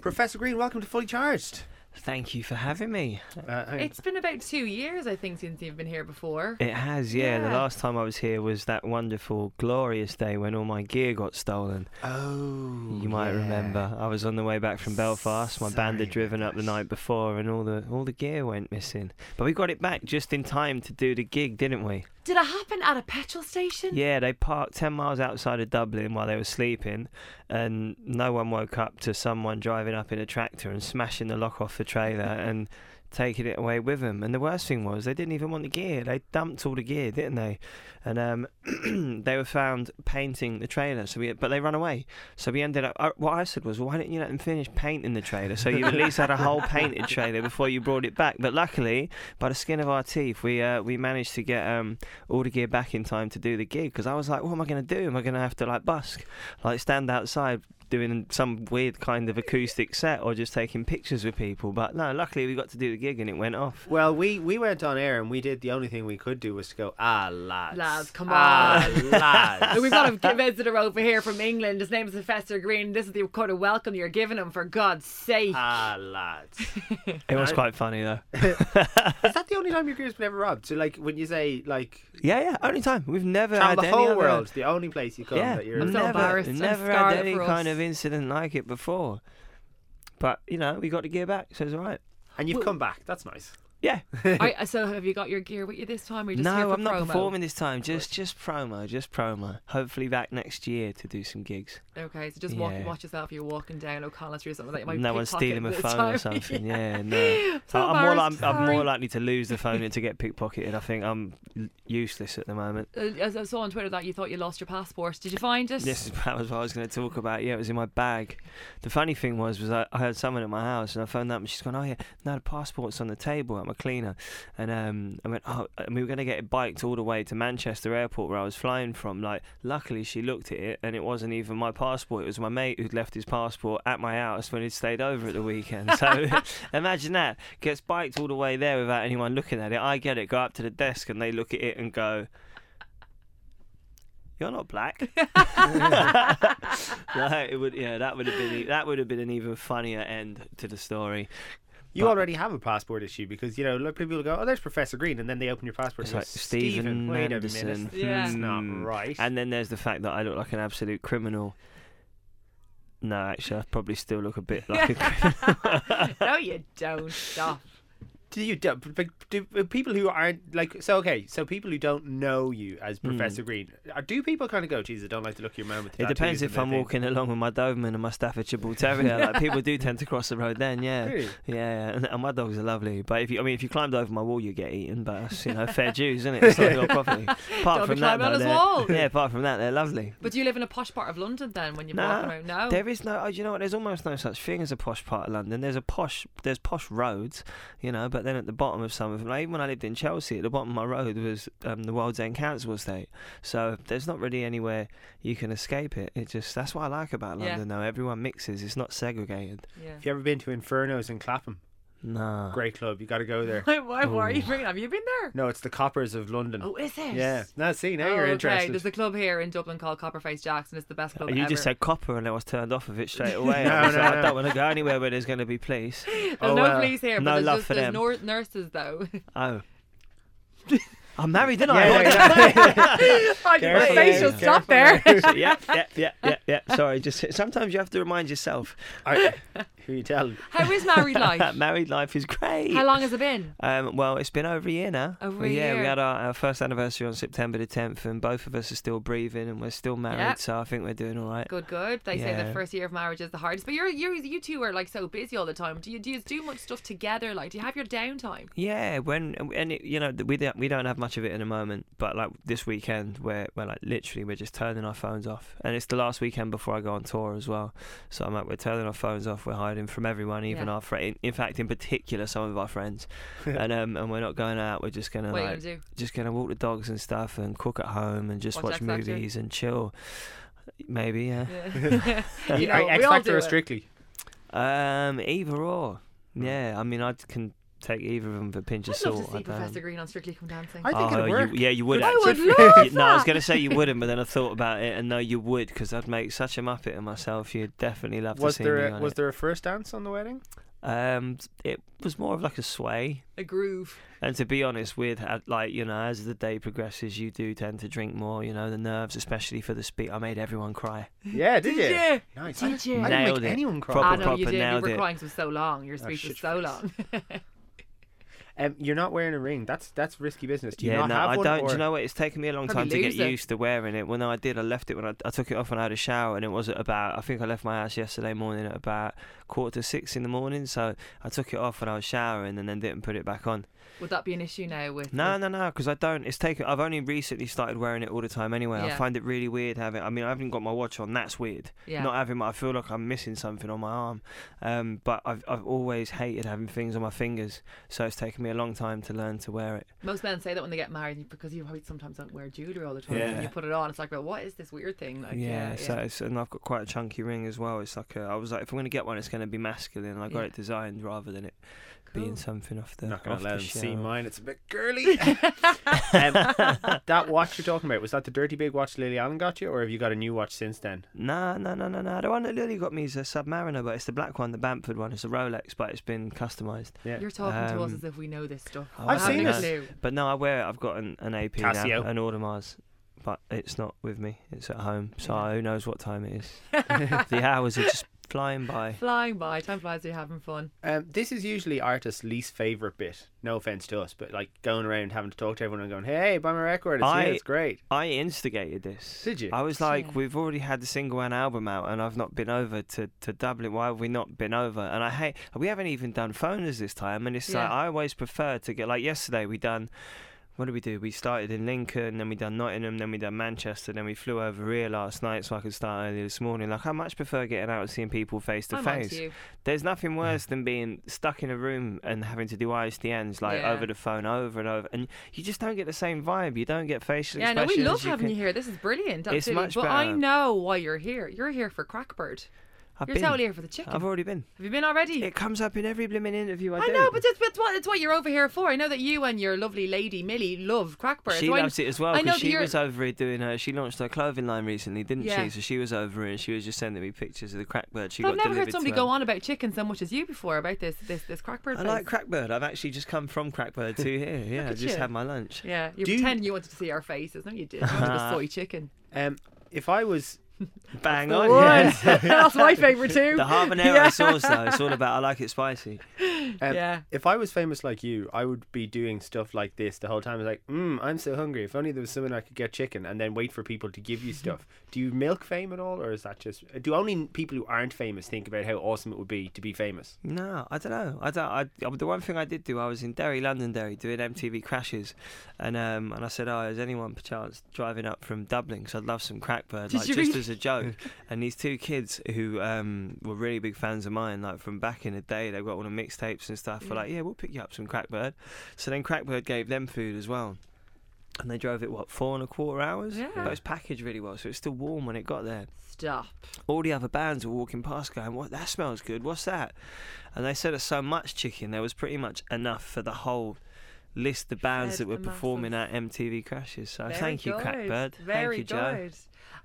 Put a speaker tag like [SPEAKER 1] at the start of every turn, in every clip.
[SPEAKER 1] Professor Green, welcome to Fully Charged.
[SPEAKER 2] Thank you for having me.
[SPEAKER 1] Uh, hang on.
[SPEAKER 3] It's been about two years, I think, since you've been here before.
[SPEAKER 2] It has, yeah. The
[SPEAKER 3] Yeah.
[SPEAKER 2] last time I was here was that wonderful, glorious day when all my gear got stolen.
[SPEAKER 1] oh,
[SPEAKER 2] You might
[SPEAKER 1] yeah.
[SPEAKER 2] remember. I was on the way back from Belfast. My band
[SPEAKER 1] Sorry
[SPEAKER 2] had
[SPEAKER 1] about
[SPEAKER 2] driven up the
[SPEAKER 1] that.
[SPEAKER 2] night before, and all the all the gear went missing. But we got it back just in time to do the gig, didn't we?
[SPEAKER 3] Did it happen at a petrol station?
[SPEAKER 2] Yeah, they parked 10 miles outside of Dublin while they were sleeping, and no one woke up to someone driving up in a tractor and smashing the lock off the trailer and taking it away with them. And the worst thing was, they didn't even want the gear. They dumped all the gear, didn't they? And um, they were found painting the trailer, so we, but they ran away. So we ended up, uh, what I said was, why didn't you let them finish painting the trailer? So you at least had a whole painted trailer before you brought it back. But luckily, by the skin of our teeth, we uh, we managed to get um, all the gear back in time to do the gig because I was like, what am I going to do? Am I going to have to like busk, like stand outside doing some weird kind of acoustic set or just taking pictures with people? But no, luckily we got to do the gig and it went off.
[SPEAKER 1] Well, we, we went on air and we did the only thing we could do was to go, ah, lads.
[SPEAKER 3] Lads, come
[SPEAKER 1] ah,
[SPEAKER 3] on."
[SPEAKER 1] lads.
[SPEAKER 3] Look, We've got a g- visitor over here from England. His name's Professor Green. This is the kind of welcome you're giving him, for God's sake.
[SPEAKER 1] Ah, lads.
[SPEAKER 2] It was
[SPEAKER 1] Right.
[SPEAKER 2] quite funny though.
[SPEAKER 1] Is that the only time your gear's been ever robbed? So, like, when you say, like,
[SPEAKER 2] Yeah, yeah. Only time we've never
[SPEAKER 1] from
[SPEAKER 2] had
[SPEAKER 1] the
[SPEAKER 2] Uh, any
[SPEAKER 1] whole
[SPEAKER 2] other-
[SPEAKER 1] world, the only place you come
[SPEAKER 2] Yeah,
[SPEAKER 1] that you're.
[SPEAKER 3] I'm so
[SPEAKER 2] never,
[SPEAKER 3] embarrassed. I'm
[SPEAKER 2] never had
[SPEAKER 3] scarlet
[SPEAKER 2] any
[SPEAKER 3] for us.
[SPEAKER 2] kind of incident like it before. But you know, we got the gear back, so it's all right.
[SPEAKER 1] And you've
[SPEAKER 3] Well-
[SPEAKER 1] come back. That's nice.
[SPEAKER 2] Yeah.
[SPEAKER 3] I, so, have you got your gear with you this time? Or you just here
[SPEAKER 2] no,
[SPEAKER 3] for
[SPEAKER 2] I'm not
[SPEAKER 3] promo?
[SPEAKER 2] performing this time. Just just promo, just promo. Hopefully back next year to do some gigs.
[SPEAKER 3] Okay, so just walk,
[SPEAKER 2] Yeah.
[SPEAKER 3] watch yourself. You're walking down O'Connell Street or something like that. You might
[SPEAKER 2] no one's
[SPEAKER 3] pickpocket
[SPEAKER 2] stealing my
[SPEAKER 3] this
[SPEAKER 2] phone
[SPEAKER 3] time.
[SPEAKER 2] or something. Yeah, no.
[SPEAKER 3] So
[SPEAKER 2] I- I'm, more
[SPEAKER 3] embarrassed,
[SPEAKER 2] like, I'm more
[SPEAKER 3] sorry.
[SPEAKER 2] likely to lose the phone than to get pickpocketed. I think I'm l- useless at the moment.
[SPEAKER 3] Uh, as I saw on Twitter that you thought you lost your passport. Did you find it?
[SPEAKER 2] This is that was what I was going to talk about. Yeah, it was in my bag. The funny thing was, was I, I heard someone at my house, and I phoned up, and she's gone, "Oh yeah, no, the passport's on the table at my cleaner," and um, I went, "Oh," and we were going to get it biked all the way to Manchester Airport where I was flying from. Like, luckily she looked at it, and it wasn't even my passport. It was my mate who'd left his passport at my house when he'd stayed over at the weekend. So imagine that gets biked all the way there without anyone looking at it. I get it, go up to the desk, and they look at it and go. You're not black. Like, it would, yeah, that would have been e- that would have been an even funnier end to the story.
[SPEAKER 1] You
[SPEAKER 2] But-
[SPEAKER 1] already have a passport issue because, you know, look, people go, oh, there's Professor Green. And then they open your passport
[SPEAKER 2] It's
[SPEAKER 1] and
[SPEAKER 2] like
[SPEAKER 1] go,
[SPEAKER 2] Stephen
[SPEAKER 1] wait a
[SPEAKER 2] Anderson.
[SPEAKER 1] minute.
[SPEAKER 3] Yeah.
[SPEAKER 1] That's not
[SPEAKER 2] Hmm.
[SPEAKER 1] right.
[SPEAKER 2] And then there's the fact that I look like an absolute criminal. No, actually, I probably still look a bit like a criminal.
[SPEAKER 3] no, you don't. Stop.
[SPEAKER 1] Do you do, but do but people who aren't like so? Okay, so people who don't know you as Professor Green, uh, do people kind of go, "Geez, I don't like the look of your man with the
[SPEAKER 2] Hmm. It depends
[SPEAKER 1] tattoos,"
[SPEAKER 2] if I'm
[SPEAKER 1] and they think-
[SPEAKER 2] walking along with my Doberman and my Staffordshire Bull Terrier. Like people do tend to cross the road then, yeah,
[SPEAKER 1] Really?
[SPEAKER 2] yeah. And, and my dogs are lovely, but if you, I mean, if you climbed over my wall, you get eaten. But that's, you know, fair dues, isn't it? It's not your property. Apart
[SPEAKER 3] Don't be
[SPEAKER 2] from that,
[SPEAKER 3] climbing
[SPEAKER 2] though,
[SPEAKER 3] on his
[SPEAKER 2] they're-
[SPEAKER 3] wall.
[SPEAKER 2] yeah. Apart from that, they're lovely.
[SPEAKER 3] But do you live in a posh part of London then when you're
[SPEAKER 2] No,
[SPEAKER 3] walking around? No.
[SPEAKER 2] There is no. Oh, you know what? There's almost no such thing as a posh part of London. There's a posh. There's posh roads, you know. But then at the bottom of some of them, like even when I lived in Chelsea, at the bottom of my road was um, the World's End Council Estate. So there's not really anywhere you can escape it. It just that's what I like about
[SPEAKER 3] Yeah.
[SPEAKER 2] London. Though everyone mixes. It's not segregated.
[SPEAKER 3] Yeah.
[SPEAKER 1] Have you ever been to Infernos in Clapham?
[SPEAKER 2] Nah.
[SPEAKER 1] Great club. You got to go there.
[SPEAKER 3] Why, why, why are you bringing? Have you been there?
[SPEAKER 1] No, it's the Coppers of London.
[SPEAKER 3] Oh, is it?
[SPEAKER 1] Oh. yeah. Now see, now
[SPEAKER 3] Oh,
[SPEAKER 1] you're
[SPEAKER 3] okay.
[SPEAKER 1] interested.
[SPEAKER 3] There's a club here in Dublin called Copperface Jackson. It's the best club
[SPEAKER 2] You
[SPEAKER 3] Oh, ever.
[SPEAKER 2] just said copper, and I was turned off of it straight away.
[SPEAKER 1] No,
[SPEAKER 2] I, was
[SPEAKER 1] no,
[SPEAKER 2] like, I
[SPEAKER 1] no.
[SPEAKER 2] don't want to go anywhere where there's going to be police.
[SPEAKER 3] There's
[SPEAKER 1] Oh,
[SPEAKER 3] no
[SPEAKER 1] well,
[SPEAKER 3] police here, but
[SPEAKER 2] no
[SPEAKER 3] there's
[SPEAKER 2] love
[SPEAKER 3] just
[SPEAKER 2] for
[SPEAKER 3] there's
[SPEAKER 2] them.
[SPEAKER 3] nor- nurses though.
[SPEAKER 2] Oh, I'm married, didn't I?
[SPEAKER 1] yeah,
[SPEAKER 2] What the
[SPEAKER 1] yeah, yeah.
[SPEAKER 3] I
[SPEAKER 1] Careful
[SPEAKER 2] facial
[SPEAKER 1] there,
[SPEAKER 3] stop
[SPEAKER 1] careful
[SPEAKER 3] there.
[SPEAKER 2] So, yeah, yeah, yeah, yeah, yeah. Sorry, just sometimes you have to remind yourself.
[SPEAKER 1] I- who you tell?
[SPEAKER 3] How is married life?
[SPEAKER 2] Married life is great.
[SPEAKER 3] How long has it been?
[SPEAKER 2] Um, well, it's been over a year now.
[SPEAKER 3] Over a
[SPEAKER 2] yeah, we
[SPEAKER 3] year.
[SPEAKER 2] had our, our first anniversary on September the 10th, and both of us are still breathing and we're still married,
[SPEAKER 3] Yep.
[SPEAKER 2] so I think we're doing all right.
[SPEAKER 3] Good, good. They say
[SPEAKER 2] Yeah.
[SPEAKER 3] the first year of marriage is the hardest, but you're you you two are like so busy all the time. Do you do you do much stuff together? Like, do you have your downtime?
[SPEAKER 2] Yeah, when and it, you know th- we don't we don't have much of it in a moment, but like this weekend, we're we're like literally we're just turning our phones off, and it's the last weekend before I go on tour as well. So I'm like we're turning our phones off, we're hiding from everyone, even
[SPEAKER 3] Yeah.
[SPEAKER 2] our friend. In fact, in particular, some of our friends, and um and we're not going out. We're just gonna
[SPEAKER 3] What are you
[SPEAKER 2] like
[SPEAKER 3] gonna do?
[SPEAKER 2] just gonna walk the dogs and stuff and cook at home and just
[SPEAKER 3] Watch
[SPEAKER 2] watch,
[SPEAKER 3] X Factor?
[SPEAKER 2] movies and chill. Maybe, yeah.
[SPEAKER 3] Yeah. You know,
[SPEAKER 1] Are
[SPEAKER 3] we
[SPEAKER 1] X
[SPEAKER 3] all
[SPEAKER 1] Factor
[SPEAKER 3] do
[SPEAKER 1] or
[SPEAKER 3] it.
[SPEAKER 1] Strictly?
[SPEAKER 2] Um, either or. Yeah, I mean, I can take either of them with a pinch of
[SPEAKER 3] Hmm. I'd
[SPEAKER 2] salt.
[SPEAKER 3] love to see
[SPEAKER 2] I don't.
[SPEAKER 3] Professor Green on Strictly Come Dancing.
[SPEAKER 1] I think it'd
[SPEAKER 2] Oh, you-
[SPEAKER 1] work.
[SPEAKER 2] yeah, you would
[SPEAKER 3] I
[SPEAKER 2] actually.
[SPEAKER 3] would love
[SPEAKER 2] You- no, I was
[SPEAKER 3] that.
[SPEAKER 2] going to say you wouldn't, but then I thought about it, and no, you would, because I'd make such a muppet of myself. You'd definitely love
[SPEAKER 1] Was
[SPEAKER 2] to see
[SPEAKER 1] there
[SPEAKER 2] me
[SPEAKER 1] a,
[SPEAKER 2] on
[SPEAKER 1] was
[SPEAKER 2] it.
[SPEAKER 1] there a first dance on the wedding?
[SPEAKER 2] Um, it was more of like a sway,
[SPEAKER 3] a groove.
[SPEAKER 2] and to be honest, with uh, like you know, as the day progresses, you do tend to drink more. You know, the nerves, especially for the speech. I made everyone cry.
[SPEAKER 1] Yeah, did, you?
[SPEAKER 3] you?
[SPEAKER 1] Nice. I,
[SPEAKER 3] Did you?
[SPEAKER 1] I didn't
[SPEAKER 2] Nailed
[SPEAKER 1] make
[SPEAKER 2] it.
[SPEAKER 1] anyone cry.
[SPEAKER 2] Proper Ah,
[SPEAKER 3] I know Ah, you
[SPEAKER 2] proper
[SPEAKER 3] did. You
[SPEAKER 2] nailed
[SPEAKER 3] were
[SPEAKER 2] it.
[SPEAKER 3] crying for so long. Your speech
[SPEAKER 1] shit
[SPEAKER 3] was so
[SPEAKER 1] face.
[SPEAKER 3] long.
[SPEAKER 1] Um, you're not wearing a ring. That's that's risky business. Do you
[SPEAKER 2] yeah,
[SPEAKER 1] not
[SPEAKER 2] no,
[SPEAKER 1] have
[SPEAKER 2] I
[SPEAKER 1] one?
[SPEAKER 2] don't.
[SPEAKER 1] or-
[SPEAKER 2] Do you know what? It's taken me a long
[SPEAKER 3] Probably
[SPEAKER 2] time to get
[SPEAKER 3] lose it.
[SPEAKER 2] used to wearing it. When I did, I left it when I, I took it off when I had a shower, and it was at about. I think I left my house yesterday morning at about quarter to six in the morning. So I took it off when I was showering, and then didn't put it back on.
[SPEAKER 3] Would that be an issue now with?
[SPEAKER 2] No,
[SPEAKER 3] with-
[SPEAKER 2] no, no, because I don't. It's taken. I've only recently started wearing it all the time anyway. I
[SPEAKER 3] Yeah.
[SPEAKER 2] find it really weird having. I mean, I haven't got my watch on. That's weird.
[SPEAKER 3] Yeah.
[SPEAKER 2] Not having. my I feel like I'm missing something on my arm. Um, but I've I've always hated having things on my fingers, so it's taken me a long time to learn to wear it.
[SPEAKER 3] Most men say that when they get married because you probably sometimes don't wear jewelry all the time.
[SPEAKER 2] Yeah.
[SPEAKER 3] And you put it on, it's like, well, what is this weird thing? Like,
[SPEAKER 2] yeah,
[SPEAKER 3] yeah,
[SPEAKER 2] so It's, and I've got quite a chunky ring as well. It's like a, I was like, if I'm gonna get one, it's gonna be masculine. and I got
[SPEAKER 3] Yeah.
[SPEAKER 2] it designed rather than it being something off the.
[SPEAKER 1] I'm not gonna
[SPEAKER 2] off
[SPEAKER 1] let
[SPEAKER 2] the
[SPEAKER 1] him see
[SPEAKER 2] shelf.
[SPEAKER 1] mine. It's a bit girly. um, that watch you're talking about was that the dirty big watch Lily Allen got you, or have you got a new watch since then?
[SPEAKER 2] No, no, no, no, no. The one that Lily got me is a Submariner, but it's the black one, the Bamford one. It's a Rolex, but it's been customised.
[SPEAKER 1] Yeah.
[SPEAKER 3] You're talking to us
[SPEAKER 2] Um,
[SPEAKER 3] as if we know this stuff.
[SPEAKER 2] I've
[SPEAKER 3] I haven't
[SPEAKER 1] seen
[SPEAKER 3] a
[SPEAKER 1] this.
[SPEAKER 3] clue.
[SPEAKER 2] But no, I wear it. I've got an, an AP now,
[SPEAKER 1] Casio.
[SPEAKER 2] an Audemars, but it's not with me. It's at home, so
[SPEAKER 3] Yeah.
[SPEAKER 2] who knows what time it is? the hours are just flying by.
[SPEAKER 3] Flying by, time flies. You're having fun.
[SPEAKER 1] Um, this is usually artists' least favorite bit. No offense to us, but like going around having to talk to everyone and going, "Hey, buy my record. It's,
[SPEAKER 2] I-
[SPEAKER 1] here, it's great."
[SPEAKER 2] I instigated this.
[SPEAKER 1] Did you?
[SPEAKER 2] I was like,
[SPEAKER 3] Yeah.
[SPEAKER 2] we've already had the single and album out, and I've not been over to, to Dublin. Why have we not been over? And I hate we haven't even done phoners this time. And it's like
[SPEAKER 3] Yeah.
[SPEAKER 2] I always prefer to get like yesterday we done. What did we do? We started in Lincoln, then we done Nottingham, then we done Manchester, then we flew over here last night, so I could start early this morning. Like I much prefer getting out and seeing people face to
[SPEAKER 3] I'm on
[SPEAKER 2] face.
[SPEAKER 3] to you.
[SPEAKER 2] There's nothing worse than being stuck in a room and having to do ISDNs like
[SPEAKER 3] Yeah.
[SPEAKER 2] over the phone over and over, and you just don't get the same vibe. You don't get facial
[SPEAKER 3] Yeah, no,
[SPEAKER 2] expressions.
[SPEAKER 3] we love
[SPEAKER 2] you
[SPEAKER 3] having
[SPEAKER 2] can-
[SPEAKER 3] you here. This is brilliant.
[SPEAKER 2] It's
[SPEAKER 3] absolutely.
[SPEAKER 2] much
[SPEAKER 3] but I
[SPEAKER 2] better.
[SPEAKER 3] know why you're here. You're here for Crackbird.
[SPEAKER 2] I've
[SPEAKER 3] You're
[SPEAKER 2] been.
[SPEAKER 3] totally here for the chicken.
[SPEAKER 2] I've already been.
[SPEAKER 3] Have you been already?
[SPEAKER 2] It comes up in every blimmin' interview I,
[SPEAKER 3] I
[SPEAKER 2] do.
[SPEAKER 3] know, but that's, that's what that's what you're over here for. I know that you and your lovely lady Millie love Crackbird.
[SPEAKER 2] she
[SPEAKER 3] so I-
[SPEAKER 2] loves it as well
[SPEAKER 3] I know
[SPEAKER 2] because
[SPEAKER 3] that
[SPEAKER 2] she
[SPEAKER 3] you're-
[SPEAKER 2] was over here doing her. She launched her clothing line recently, didn't
[SPEAKER 3] Yeah.
[SPEAKER 2] she? So she was over here and she was just sending me pictures of the crackbird she
[SPEAKER 3] But
[SPEAKER 2] got
[SPEAKER 3] I've never
[SPEAKER 2] delivered
[SPEAKER 3] heard somebody
[SPEAKER 2] to
[SPEAKER 3] go
[SPEAKER 2] her.
[SPEAKER 3] on about chicken so much as you before about this this this Crackbird.
[SPEAKER 2] I
[SPEAKER 3] place.
[SPEAKER 2] like crackbird. I've actually just come from crackbird to here. Yeah, I
[SPEAKER 3] at
[SPEAKER 2] just
[SPEAKER 3] you.
[SPEAKER 2] had my lunch.
[SPEAKER 3] Yeah, you're
[SPEAKER 1] Do you-
[SPEAKER 3] pretending you wanted to see our faces. No, you did. You wanted the soy chicken.
[SPEAKER 1] Um, if I was
[SPEAKER 2] Bang
[SPEAKER 3] The
[SPEAKER 2] on.
[SPEAKER 3] one.
[SPEAKER 2] yeah.
[SPEAKER 3] That's my favourite too.
[SPEAKER 2] The habanero sauce though, it's all about. I like it spicy.
[SPEAKER 1] Um,
[SPEAKER 3] Yeah.
[SPEAKER 1] If I was famous like you, I would be doing stuff like this the whole time. Like, mm, I'm so hungry. If only there was someone I could get chicken, and then wait for people to give you stuff. do you milk fame at all, or is that just? Do only people who aren't famous think about how awesome it would be to be famous?
[SPEAKER 2] No, I don't know. I don't. I, I- the one thing I did do, I was in Derry, Londonderry, doing MTV crashes, and um, and I said, "Oh, is anyone perchance driving up from Dublin? Because I'd love some crackbird,
[SPEAKER 3] Did
[SPEAKER 2] like
[SPEAKER 3] you
[SPEAKER 2] just
[SPEAKER 3] really?
[SPEAKER 2] as a joke." and these two kids who um, were really big fans of mine, like from back in the day, they got all the mixtapes and stuff. Were like, "Yeah, we'll pick you up some crackbird." So then crackbird gave them food as well. And they drove it what four and a quarter hours.
[SPEAKER 3] Yeah.
[SPEAKER 2] But it was packaged really well, so it was still warm when it got there
[SPEAKER 3] Stop.
[SPEAKER 2] all the other bands were walking past going, What that smells good, what's that? And they said us so much chicken, there was pretty much enough for the whole list of bands
[SPEAKER 3] Fed
[SPEAKER 2] that were
[SPEAKER 3] the masses.
[SPEAKER 2] performing at MTV Crashes. So
[SPEAKER 3] Very
[SPEAKER 2] thank you,
[SPEAKER 3] good.
[SPEAKER 2] Crackbird.
[SPEAKER 3] Very
[SPEAKER 2] thank you, Joe.
[SPEAKER 3] good.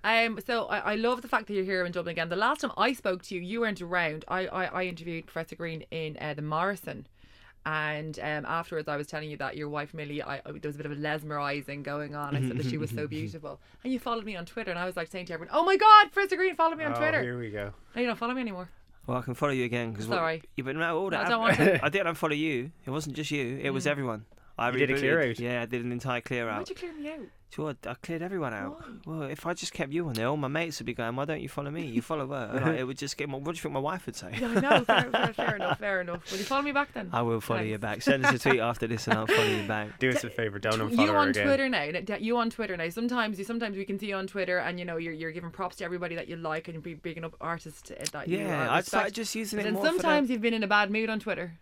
[SPEAKER 3] Um, so I, I love the fact that you're here in Dublin again. The last time I spoke to you, you weren't around. I, I, I interviewed Professor Green in uh, the Morrison. And um, afterwards, I was telling you that your wife Millie, I, I- there was a bit of a mesmerising going on. I said that she was so beautiful, and you followed me on Twitter, and I was like saying to everyone, "Oh my God, Professor Green followed
[SPEAKER 2] Oh,
[SPEAKER 3] me on Twitter."
[SPEAKER 1] Oh, here we go.
[SPEAKER 3] No, you don't follow me anymore.
[SPEAKER 2] Well, I can follow you again because
[SPEAKER 3] Sorry.
[SPEAKER 2] you but no, all
[SPEAKER 3] No,
[SPEAKER 2] that.
[SPEAKER 3] I don't
[SPEAKER 2] happened-
[SPEAKER 3] want
[SPEAKER 2] I didn't unfollow you. It wasn't just you. It was everyone. I
[SPEAKER 1] You did a
[SPEAKER 2] rebooted.
[SPEAKER 1] clear out.
[SPEAKER 2] Yeah, I did an entire clear out.
[SPEAKER 3] Why'd you clear me out?
[SPEAKER 2] Sure, I cleared everyone out. Well, if I just kept you on there, all my mates would be going, "Why don't you follow me? You follow her." And I- it would just get. What do you think my wife would say?
[SPEAKER 3] Yeah, I know. Fair, fair, fair enough. Fair enough. Will you follow me back then?
[SPEAKER 2] I will follow you
[SPEAKER 3] Thanks.
[SPEAKER 2] back. Send us a tweet after this, and I'll follow you back.
[SPEAKER 1] Do us a favor. Don't
[SPEAKER 3] Tw-
[SPEAKER 1] unfollow
[SPEAKER 3] you
[SPEAKER 1] her
[SPEAKER 3] on
[SPEAKER 1] again.
[SPEAKER 3] Twitter now. n- You on Twitter now. Sometimes you, sometimes we can see you on Twitter, and you know you're, you're giving props to everybody that you like and be bigging up artists uh, that you.
[SPEAKER 2] Yeah,
[SPEAKER 3] uh,
[SPEAKER 2] I'd
[SPEAKER 3] respect.
[SPEAKER 2] start just using
[SPEAKER 3] But
[SPEAKER 2] it
[SPEAKER 3] then
[SPEAKER 2] more.
[SPEAKER 3] sometimes you've been in a bad mood on Twitter.
[SPEAKER 2] for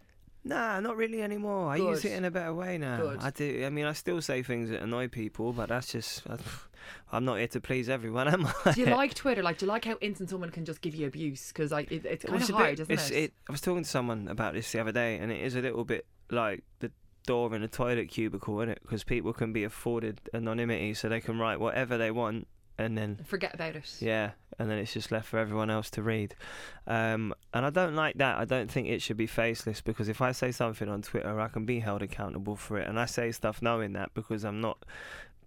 [SPEAKER 2] the, nah, not really anymore. I use
[SPEAKER 3] Good.
[SPEAKER 2] it in a better way now.
[SPEAKER 3] Good.
[SPEAKER 2] I do. I mean, I still say things that annoy people, but that's just. I, I'm not here to please everyone, am I?
[SPEAKER 3] Do you like Twitter? Like, do you like how instant someone can just give you abuse? Because like it, it's
[SPEAKER 2] It
[SPEAKER 3] kind
[SPEAKER 2] was
[SPEAKER 3] of
[SPEAKER 2] a
[SPEAKER 3] hard,
[SPEAKER 2] bit-
[SPEAKER 3] isn't
[SPEAKER 2] it's-
[SPEAKER 3] it?
[SPEAKER 2] I was talking to someone about this the other day, and it is a little bit like the door in a toilet cubicle, in it? Because people can be afforded anonymity, so they can write whatever they want, and then
[SPEAKER 3] Forget about it.
[SPEAKER 2] yeah, and then it's just left for everyone else to read. Um, and I don't like that. I don't think it should be faceless because if I say something on Twitter, I can be held accountable for it. And I say stuff knowing that because I'm not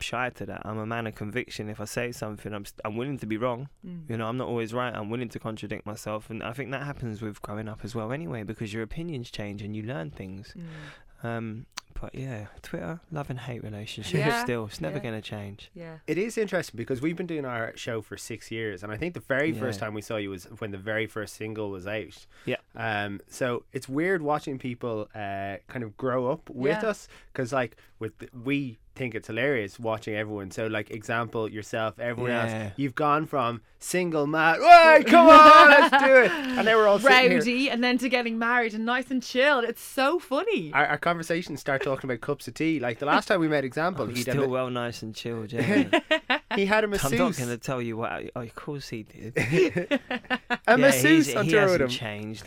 [SPEAKER 2] shy to that. I'm a man of conviction. If I say something, I'm st- I'm willing to be wrong.
[SPEAKER 3] Mm.
[SPEAKER 2] You know, I'm not always right. I'm willing to contradict myself, and I think that happens with growing up as well. Anyway, because your opinions change and you learn things.
[SPEAKER 3] Mm.
[SPEAKER 2] Um, but yeah, Twitter, love and hate relationship.
[SPEAKER 3] Yeah,
[SPEAKER 2] Still, it's never
[SPEAKER 3] yeah.
[SPEAKER 2] gonna change.
[SPEAKER 3] Yeah.
[SPEAKER 1] It is interesting because we've been doing our show for six years, and I think the very
[SPEAKER 2] Yeah.
[SPEAKER 1] first time we saw you was when the very first single was out.
[SPEAKER 2] Yeah.
[SPEAKER 1] Um. So it's weird watching people uh kind of grow up with
[SPEAKER 3] Yeah.
[SPEAKER 1] us because like with the, we think it's hilarious watching everyone. So like example yourself, everyone
[SPEAKER 2] Yeah.
[SPEAKER 1] else. You've gone from single man, right? Come on, let's do it. And they were all sitting here-
[SPEAKER 3] Rowdy, and then to getting married and nice and chilled. It's so funny.
[SPEAKER 1] Our, our conversations start talking about cups of tea. Like the last time we made example,
[SPEAKER 2] I'm
[SPEAKER 1] he'd
[SPEAKER 2] still
[SPEAKER 1] had
[SPEAKER 2] well, nice and chilled. Yeah.
[SPEAKER 1] a, he had a
[SPEAKER 2] I'm not going to
[SPEAKER 1] masseuse,
[SPEAKER 2] tell you what. I, oh, of course he did.
[SPEAKER 1] a
[SPEAKER 2] yeah, he's-
[SPEAKER 1] masseuse on
[SPEAKER 2] he
[SPEAKER 1] tour
[SPEAKER 2] hasn't
[SPEAKER 1] with him.
[SPEAKER 2] changed,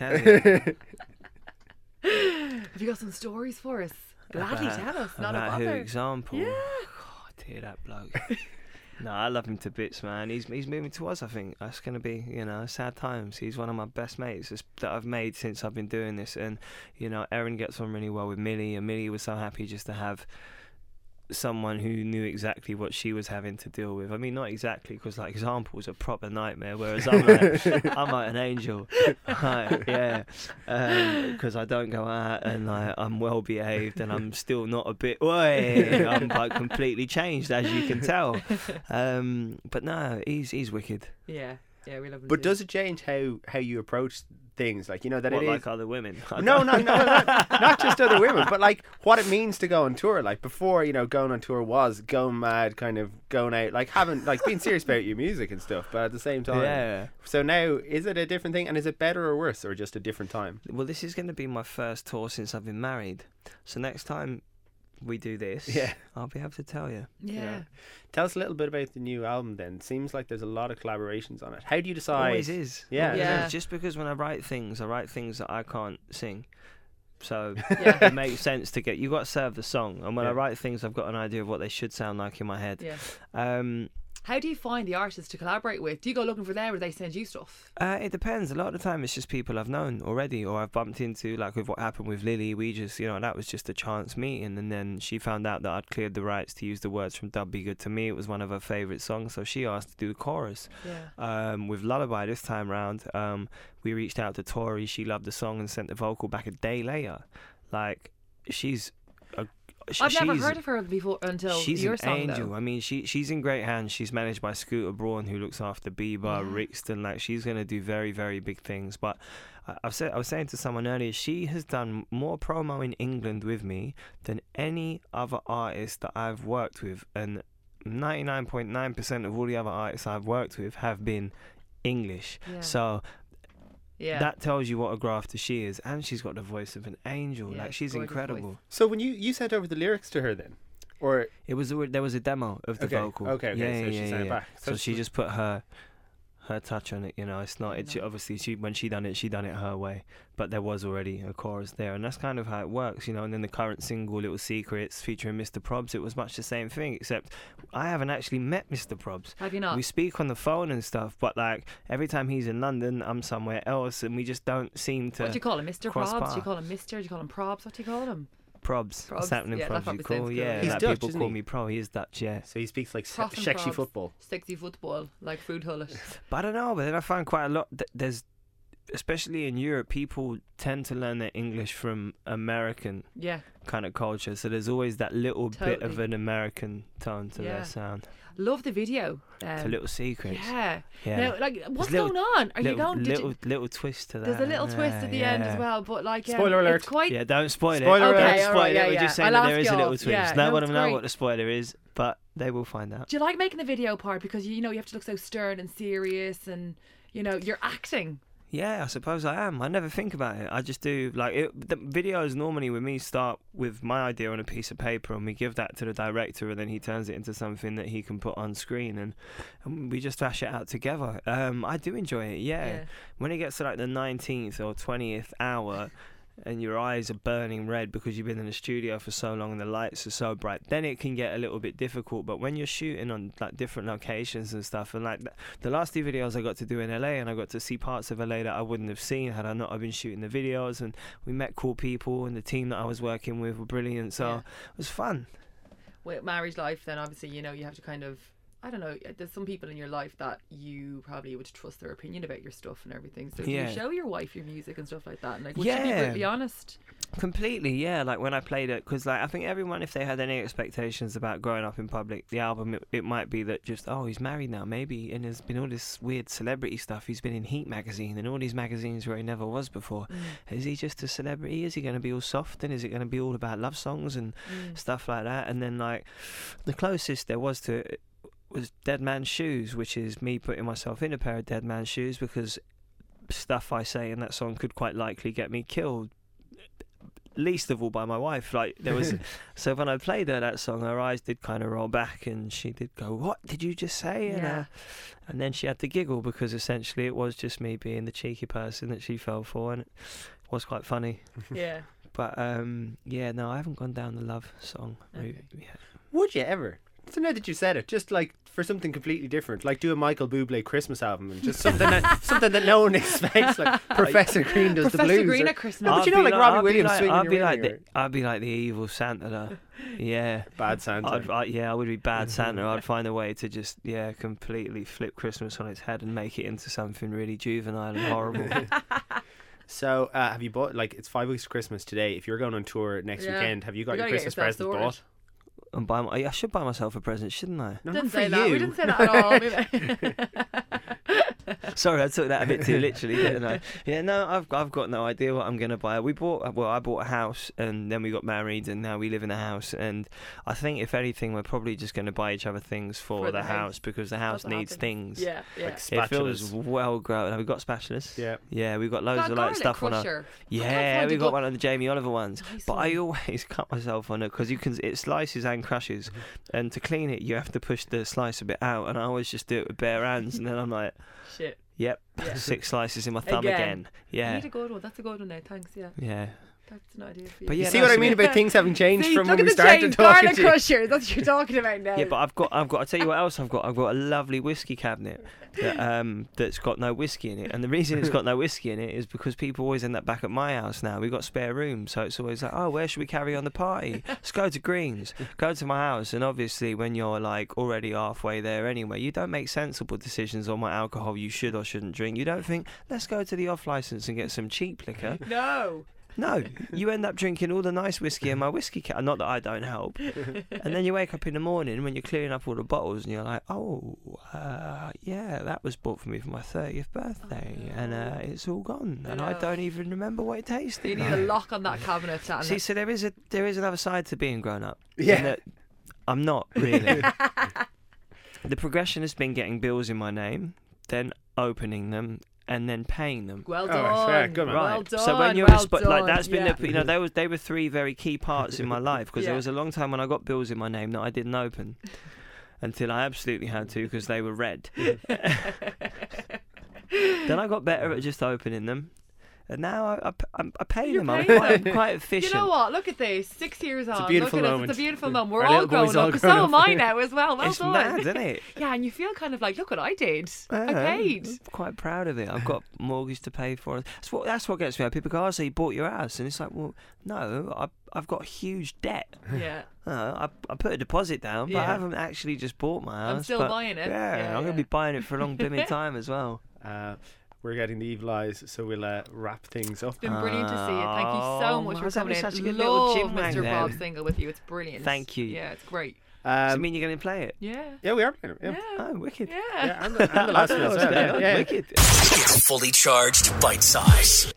[SPEAKER 2] has he?
[SPEAKER 3] Have you got some stories for us? Gladly
[SPEAKER 2] About-
[SPEAKER 3] tell us. Not a
[SPEAKER 2] about who?
[SPEAKER 3] bother.
[SPEAKER 2] Example. God, dear that bloke. no, I love him to bits, man. He's he's moving to us. I think that's going to be you know sad times. He's one of my best mates that's- that I've made since I've been doing this, and you know Erin gets on really well with Millie, and Millie was so happy just to have someone who knew exactly what she was having to deal with. I mean, not exactly, because like example was a proper nightmare, whereas I'm like, I'm like an angel, Right, yeah, because I don't go out and like, I'm well behaved and I'm still not a bit. Oi, I'm like completely changed, as you can tell. Um, but no, he's he's wicked.
[SPEAKER 3] Yeah. Yeah, we love him
[SPEAKER 1] But
[SPEAKER 3] too.
[SPEAKER 1] does it change how how you approach things? Like you know that
[SPEAKER 2] What,
[SPEAKER 1] it
[SPEAKER 2] like
[SPEAKER 1] is.
[SPEAKER 2] other women? I
[SPEAKER 1] No,
[SPEAKER 2] don't-
[SPEAKER 1] no, no, no, not, not just other women, but like what it means to go on tour. Like before, you know, going on tour was going mad, kind of going out, like having, like being serious about your music and stuff. But at the same time,
[SPEAKER 2] Yeah.
[SPEAKER 1] So now, is it a different thing, and is it better or worse, or just a different time?
[SPEAKER 2] Well, this is going to be my first tour since I've been married. So next time we do this,
[SPEAKER 1] Yeah.
[SPEAKER 2] I'll be able to tell you.
[SPEAKER 3] Yeah.
[SPEAKER 1] Tell us a little bit about the new album. Then seems like there's a lot of collaborations on it. How do you decide?
[SPEAKER 2] Always is.
[SPEAKER 1] Yeah.
[SPEAKER 2] Always
[SPEAKER 3] Yeah.
[SPEAKER 2] is. Just because when I write things, I write things that I can't sing. So
[SPEAKER 3] Yeah.
[SPEAKER 2] it makes sense to get. You've got to serve the song. And when I
[SPEAKER 1] Yeah.
[SPEAKER 2] write things, I've got an idea of what they should sound like in my head.
[SPEAKER 3] Yeah.
[SPEAKER 2] Um,
[SPEAKER 3] How do you find the artists to collaborate with? Do you go looking for them or they send you stuff?
[SPEAKER 2] Uh, it depends. A lot of the time, it's just people I've known already, or I've bumped into. Like with what happened with Lily, we just, you know, that was just a chance meeting, and then she found out that I'd cleared the rights to use the words from "Dub Be Good to Me." It was one of her favourite songs, so she asked to do the chorus.
[SPEAKER 3] Yeah.
[SPEAKER 2] Um, with Lullaby this time round, um, we reached out to Tori. She loved the song and sent the vocal back a day later. Like she's, a, sh-
[SPEAKER 3] I've never
[SPEAKER 2] she's-
[SPEAKER 3] heard of her before until
[SPEAKER 2] she's
[SPEAKER 3] your
[SPEAKER 2] an
[SPEAKER 3] song.
[SPEAKER 2] angel.
[SPEAKER 3] Though.
[SPEAKER 2] I mean, she she's in great hands. She's managed by Scooter Braun, who looks after Bieber,
[SPEAKER 3] Yeah.
[SPEAKER 2] Rixton. Like she's going to do very very big things. But I, I've said I was saying to someone earlier, she has done more promo in England with me than any other artist that I've worked with, and ninety nine point nine percent of all the other artists I've worked with have been English.
[SPEAKER 3] Yeah.
[SPEAKER 2] So
[SPEAKER 3] yeah.
[SPEAKER 2] that tells you what a grafter she is, and she's got the voice of an angel.
[SPEAKER 3] Yeah,
[SPEAKER 2] like she's
[SPEAKER 3] gorgeous voice.
[SPEAKER 2] incredible.
[SPEAKER 1] So when you you sent over the lyrics to her, then, or
[SPEAKER 2] It was there was a demo of the
[SPEAKER 1] Okay,
[SPEAKER 2] vocal.
[SPEAKER 1] okay, okay,
[SPEAKER 2] Yeah,
[SPEAKER 1] so
[SPEAKER 2] yeah,
[SPEAKER 1] she
[SPEAKER 2] yeah,
[SPEAKER 1] sent it
[SPEAKER 2] yeah.
[SPEAKER 1] back.
[SPEAKER 2] So,
[SPEAKER 1] So
[SPEAKER 2] she
[SPEAKER 1] she-
[SPEAKER 2] just put her her touch on it. You know, it's not. It's
[SPEAKER 3] Nice.
[SPEAKER 2] obviously she when she done it, she done it her way. But there was already a chorus there, and that's kind of how it works. You know, and then the current single, Little Secrets, featuring Mr. Probs, it was much the same thing, except I haven't actually met Mr. Probs.
[SPEAKER 3] Have you not?
[SPEAKER 2] We speak on the phone and stuff, but like every time he's in London, I'm somewhere else, and we just don't seem to.
[SPEAKER 3] What do you call him? Mr.
[SPEAKER 2] cross
[SPEAKER 3] Probs? Do
[SPEAKER 2] bar.
[SPEAKER 3] you call him Mr.? Do you call him Probs? What do you call him?
[SPEAKER 2] Probs.
[SPEAKER 3] Probs,
[SPEAKER 2] What's happening,
[SPEAKER 3] yeah, that
[SPEAKER 2] Probs? You
[SPEAKER 3] probably sounds
[SPEAKER 2] cool?
[SPEAKER 3] cool,
[SPEAKER 2] Yeah,
[SPEAKER 3] yeah.
[SPEAKER 1] He's
[SPEAKER 2] like
[SPEAKER 1] Dutch,
[SPEAKER 2] people
[SPEAKER 1] isn't
[SPEAKER 2] call
[SPEAKER 1] he?
[SPEAKER 2] me Pro. He is Dutch, yeah.
[SPEAKER 1] so he speaks like se-
[SPEAKER 3] Prof and
[SPEAKER 1] sexy
[SPEAKER 3] probs.
[SPEAKER 1] football.
[SPEAKER 3] Sexy football, like food hullet.
[SPEAKER 2] But I don't know. But then I find quite a lot. That there's, especially in Europe, people tend to learn their English from American
[SPEAKER 3] Yeah.
[SPEAKER 2] kind of culture. So there's always that little bit of
[SPEAKER 3] Totally.
[SPEAKER 2] an American tone to
[SPEAKER 3] Yeah.
[SPEAKER 2] their sound.
[SPEAKER 3] Love the video.
[SPEAKER 2] It's
[SPEAKER 3] Um,
[SPEAKER 2] a little secret.
[SPEAKER 3] yeah.
[SPEAKER 2] Yeah.
[SPEAKER 3] Now, like, what's
[SPEAKER 2] little-
[SPEAKER 3] going on? Are you
[SPEAKER 2] little,
[SPEAKER 3] going? Did
[SPEAKER 2] Little,
[SPEAKER 3] you,
[SPEAKER 2] little twist to that.
[SPEAKER 3] there's a little twist at the end as
[SPEAKER 2] yeah.
[SPEAKER 3] well, but like, um,
[SPEAKER 1] Spoiler alert.
[SPEAKER 3] It's quite.
[SPEAKER 2] Yeah, don't spoil it.
[SPEAKER 1] Spoiler
[SPEAKER 2] don't
[SPEAKER 1] alert. Okay,
[SPEAKER 2] spoil
[SPEAKER 3] alright,
[SPEAKER 2] it.
[SPEAKER 3] yeah,
[SPEAKER 2] We're
[SPEAKER 3] yeah.
[SPEAKER 2] just saying
[SPEAKER 3] I'll
[SPEAKER 2] that there
[SPEAKER 3] ask
[SPEAKER 2] is a little
[SPEAKER 3] y'all.
[SPEAKER 2] twist.
[SPEAKER 3] Yeah,
[SPEAKER 2] no
[SPEAKER 3] no,
[SPEAKER 2] one
[SPEAKER 3] it's
[SPEAKER 2] will know
[SPEAKER 3] great.
[SPEAKER 2] what the spoiler is, but they will find out.
[SPEAKER 3] Do you like making the video part because you know you have to look so stern and serious, and you know you're acting.
[SPEAKER 2] Yeah, I suppose I am. I never think about it. I just do like it, the videos normally with me start with my idea on a piece of paper, and we give that to the director, and then he turns it into something that he can put on screen, and, and we just thrash it out together. Um, I do enjoy it. Yeah.
[SPEAKER 3] Yeah.
[SPEAKER 2] When it gets to like the nineteenth or twentieth hour. and your eyes are burning red because you've been in the studio for so long and the lights are so bright, then it can get a little bit difficult. But when you're shooting on like different locations and stuff, and like th- the last two videos I got to do in LA, and I got to see parts of LA that I wouldn't have seen had I not have been shooting the videos, and we met cool people, and the team that I was working with were brilliant. So
[SPEAKER 3] Yeah.
[SPEAKER 2] it was fun.
[SPEAKER 3] with marriage life, then obviously you know you have to kind of I don't know. There's some people in your life that you probably would trust their opinion about your stuff and everything. So do
[SPEAKER 2] Yeah.
[SPEAKER 3] you show your wife your music and stuff like that? And like, would you be
[SPEAKER 2] Yeah.
[SPEAKER 3] brutally honest?
[SPEAKER 2] Completely, yeah. Like when I played it, because like I think everyone, if they had any expectations about growing up in public, the album, it, it might be that just oh he's married now, maybe, and there's been all this weird celebrity stuff. He's been in Heat magazine and all these magazines where he never was before. Is he just a celebrity? Is he going to be all soft and is it going to be all about love songs and stuff like that? And then like the closest there was to it was Dead Man's Shoes, which is me putting myself in a pair of Dead Man's Shoes because stuff I say in that song could quite likely get me killed. Least of all by my wife. Like there was, so when I played her that song, her eyes did kind of roll back, and she did go, "What did you just say?" And
[SPEAKER 3] Yeah.
[SPEAKER 2] uh, and then she had to giggle because essentially it was just me being the cheeky person that she fell for, and it was quite funny.
[SPEAKER 3] yeah.
[SPEAKER 2] But um, yeah, no, I haven't gone down the love song route
[SPEAKER 3] Okay.
[SPEAKER 2] yet.
[SPEAKER 1] Would you ever? So now that you said it, just like for something completely different, like do a Michael Bublé Christmas album and just something that something that no one expects, like Professor Green does the
[SPEAKER 3] Professor
[SPEAKER 1] blues.
[SPEAKER 3] Green
[SPEAKER 1] or-
[SPEAKER 3] at Christmas.
[SPEAKER 1] No, but
[SPEAKER 2] I'd
[SPEAKER 1] you know,
[SPEAKER 2] be
[SPEAKER 1] like Robbie
[SPEAKER 2] I'd be
[SPEAKER 1] Williams
[SPEAKER 2] like-
[SPEAKER 1] swinging
[SPEAKER 2] I'd
[SPEAKER 1] your
[SPEAKER 2] be
[SPEAKER 1] ring
[SPEAKER 2] like
[SPEAKER 1] or-
[SPEAKER 2] the, I'd be like the evil Santa. though. yeah.
[SPEAKER 1] bad Santa.
[SPEAKER 2] I'd, I, yeah, I would be bad Santa. I'd find a way to just yeah completely flip Christmas on its head and make it into something really juvenile and horrible.
[SPEAKER 1] So, uh, have you bought like it's five weeks to Christmas today? If you're going on tour next
[SPEAKER 3] Yeah.
[SPEAKER 1] weekend, have you got
[SPEAKER 3] You
[SPEAKER 1] your
[SPEAKER 3] gotta get
[SPEAKER 1] Christmas
[SPEAKER 3] yourself
[SPEAKER 1] presents
[SPEAKER 3] sorted.
[SPEAKER 1] bought?
[SPEAKER 2] and buy my, I should buy myself a present, shouldn't I?
[SPEAKER 1] No,
[SPEAKER 3] didn't
[SPEAKER 1] not for
[SPEAKER 3] say that.
[SPEAKER 1] you.
[SPEAKER 3] We didn't say that at all. Maybe-
[SPEAKER 2] Sorry, I took that a bit too literally, didn't I? Yeah, no, I've I've got no idea what I'm gonna buy. We bought well, I bought a house and then we got married and now we live in a house and I think if anything we're probably just gonna buy each other things for, the, house. because the house
[SPEAKER 3] what
[SPEAKER 2] needs
[SPEAKER 3] happens.
[SPEAKER 2] things.
[SPEAKER 3] yeah, yeah.
[SPEAKER 1] Like
[SPEAKER 2] It
[SPEAKER 1] spatulas.
[SPEAKER 2] feels well grown. Have we got spatulas?
[SPEAKER 1] Yeah.
[SPEAKER 2] Yeah, we've got loads
[SPEAKER 3] Got
[SPEAKER 2] of like
[SPEAKER 3] garlic
[SPEAKER 2] stuff on our
[SPEAKER 3] crusher. I can't
[SPEAKER 2] Yeah,
[SPEAKER 3] find
[SPEAKER 2] we
[SPEAKER 3] a
[SPEAKER 2] got
[SPEAKER 3] good- Hmm.
[SPEAKER 2] one of the Jamie Oliver ones.
[SPEAKER 3] Nice
[SPEAKER 2] But I
[SPEAKER 3] one.
[SPEAKER 2] always cut myself on it because you can it slices and crashes,
[SPEAKER 1] Mm-hmm.
[SPEAKER 2] and to clean it you have to push the slice a bit out, and I always just do it with bare hands, and then I'm like,
[SPEAKER 3] Shit.
[SPEAKER 2] yep,
[SPEAKER 3] Yeah.
[SPEAKER 2] six slices in my thumb
[SPEAKER 3] Again.
[SPEAKER 2] again.
[SPEAKER 3] You
[SPEAKER 2] Yeah,
[SPEAKER 3] need a good one. That's a good one now. Thanks. Yeah,
[SPEAKER 2] yeah.
[SPEAKER 3] that's an idea for you.
[SPEAKER 2] But
[SPEAKER 1] You
[SPEAKER 2] yeah,
[SPEAKER 1] see
[SPEAKER 2] that's
[SPEAKER 1] what I
[SPEAKER 2] a
[SPEAKER 1] mean
[SPEAKER 2] bit-
[SPEAKER 1] about things having changed
[SPEAKER 3] See,
[SPEAKER 1] from
[SPEAKER 3] look
[SPEAKER 1] when
[SPEAKER 3] at
[SPEAKER 1] we
[SPEAKER 3] the
[SPEAKER 1] started
[SPEAKER 3] change.
[SPEAKER 1] talking
[SPEAKER 3] Garlic
[SPEAKER 1] to you?
[SPEAKER 3] crusher. That's what you're talking about now.
[SPEAKER 2] Yeah, but I've got I've got I tell you what else I've got. I've got a lovely whiskey cabinet that um that's got no whiskey in it. And the reason it's got no whiskey in it is because people always end up back at my house now. We've got spare rooms, so it's always like, Oh, where should we carry on the party? Let's go to Greens, go to my house and obviously when you're like already halfway there anyway, you don't make sensible decisions on what alcohol you should or shouldn't drink. You don't think, let's go to the off licence and get some cheap liquor.
[SPEAKER 3] no.
[SPEAKER 2] No, you end up drinking all the nice whiskey in my whiskey cat. Not that I don't help. And then you wake up in the morning when you're clearing up all the bottles and you're like, oh, uh, yeah, that was bought for me for my 30th birthday. And uh, it's all gone. And I
[SPEAKER 3] Oh, No.
[SPEAKER 2] don't even remember what it
[SPEAKER 3] So you
[SPEAKER 2] tasted
[SPEAKER 3] need a
[SPEAKER 2] like.
[SPEAKER 3] lock on that cabinet. to- and
[SPEAKER 2] See, so there is, a, there is another side to being grown up. in
[SPEAKER 1] Yeah.
[SPEAKER 2] that I'm not really. the progression has been getting bills in my name, then opening them, and then paying them.
[SPEAKER 3] Well
[SPEAKER 1] Oh,
[SPEAKER 3] done.
[SPEAKER 1] that's fair. Good man.
[SPEAKER 3] well
[SPEAKER 2] Right.
[SPEAKER 3] done.
[SPEAKER 2] so when you're
[SPEAKER 3] well
[SPEAKER 2] resp-
[SPEAKER 3] done.
[SPEAKER 2] like that's been
[SPEAKER 3] yeah.
[SPEAKER 2] the, you know they was they were three very key parts in my life because there
[SPEAKER 3] Yeah.
[SPEAKER 2] was a long time when I got bills in my name that I didn't open until I absolutely had to because they were red. then I got better at just opening them, and now I I, p- I, I pay
[SPEAKER 3] You're
[SPEAKER 2] them. I'm
[SPEAKER 3] paying
[SPEAKER 2] quite,
[SPEAKER 3] them.
[SPEAKER 2] quite
[SPEAKER 3] You
[SPEAKER 2] efficient.
[SPEAKER 3] know what? Look at this. Six years on.
[SPEAKER 1] beautiful
[SPEAKER 3] Look at
[SPEAKER 1] moment.
[SPEAKER 3] Us. It's a beautiful moment. We're
[SPEAKER 1] Our
[SPEAKER 3] all
[SPEAKER 1] little
[SPEAKER 3] grown
[SPEAKER 1] boy's
[SPEAKER 3] up.
[SPEAKER 1] all
[SPEAKER 3] 'cause
[SPEAKER 1] grown
[SPEAKER 3] so
[SPEAKER 1] up.
[SPEAKER 3] am I now as well. Well
[SPEAKER 2] it's
[SPEAKER 3] done.
[SPEAKER 2] mad, isn't it?
[SPEAKER 3] Yeah, and you feel kind of like, look what I did. I
[SPEAKER 2] Yeah,
[SPEAKER 3] paid.
[SPEAKER 2] I'm quite proud of it. I've got mortgage to pay for. That's what that's what gets me. People go, "Oh, so you bought your house?" And it's like, "Well, no, I, I've got huge debt.
[SPEAKER 3] Yeah.
[SPEAKER 2] Uh, I, I put a deposit down, but I
[SPEAKER 3] Yeah.
[SPEAKER 2] haven't actually just bought my house.
[SPEAKER 3] I'm still
[SPEAKER 2] but-
[SPEAKER 3] buying it.
[SPEAKER 2] Yeah,
[SPEAKER 3] Yeah,
[SPEAKER 2] I'm going
[SPEAKER 3] yeah.
[SPEAKER 2] to be buying it for a long blooming time as well.
[SPEAKER 1] Uh, we're getting the evil eyes, so we'll uh, wrap things up.
[SPEAKER 3] It's been brilliant to see you. Thank you so
[SPEAKER 2] Oh,
[SPEAKER 3] much
[SPEAKER 2] I
[SPEAKER 3] for
[SPEAKER 2] was having
[SPEAKER 3] coming in.
[SPEAKER 2] such a good little
[SPEAKER 3] Love
[SPEAKER 2] gym hang
[SPEAKER 3] Mr.
[SPEAKER 2] there.
[SPEAKER 3] Bob's single with you. It's brilliant.
[SPEAKER 2] Thank you.
[SPEAKER 3] Yeah, it's great.
[SPEAKER 1] Um,
[SPEAKER 2] Does it mean you're going to play it?
[SPEAKER 3] Yeah.
[SPEAKER 1] yeah, we are. playing it, Yeah.
[SPEAKER 3] Yeah.
[SPEAKER 2] Oh, wicked.
[SPEAKER 3] Yeah.
[SPEAKER 1] Yeah, and the, and the last one. as
[SPEAKER 2] That's
[SPEAKER 1] well,
[SPEAKER 2] better.
[SPEAKER 1] yeah.
[SPEAKER 2] Wicked.
[SPEAKER 4] It's fully charged bite size.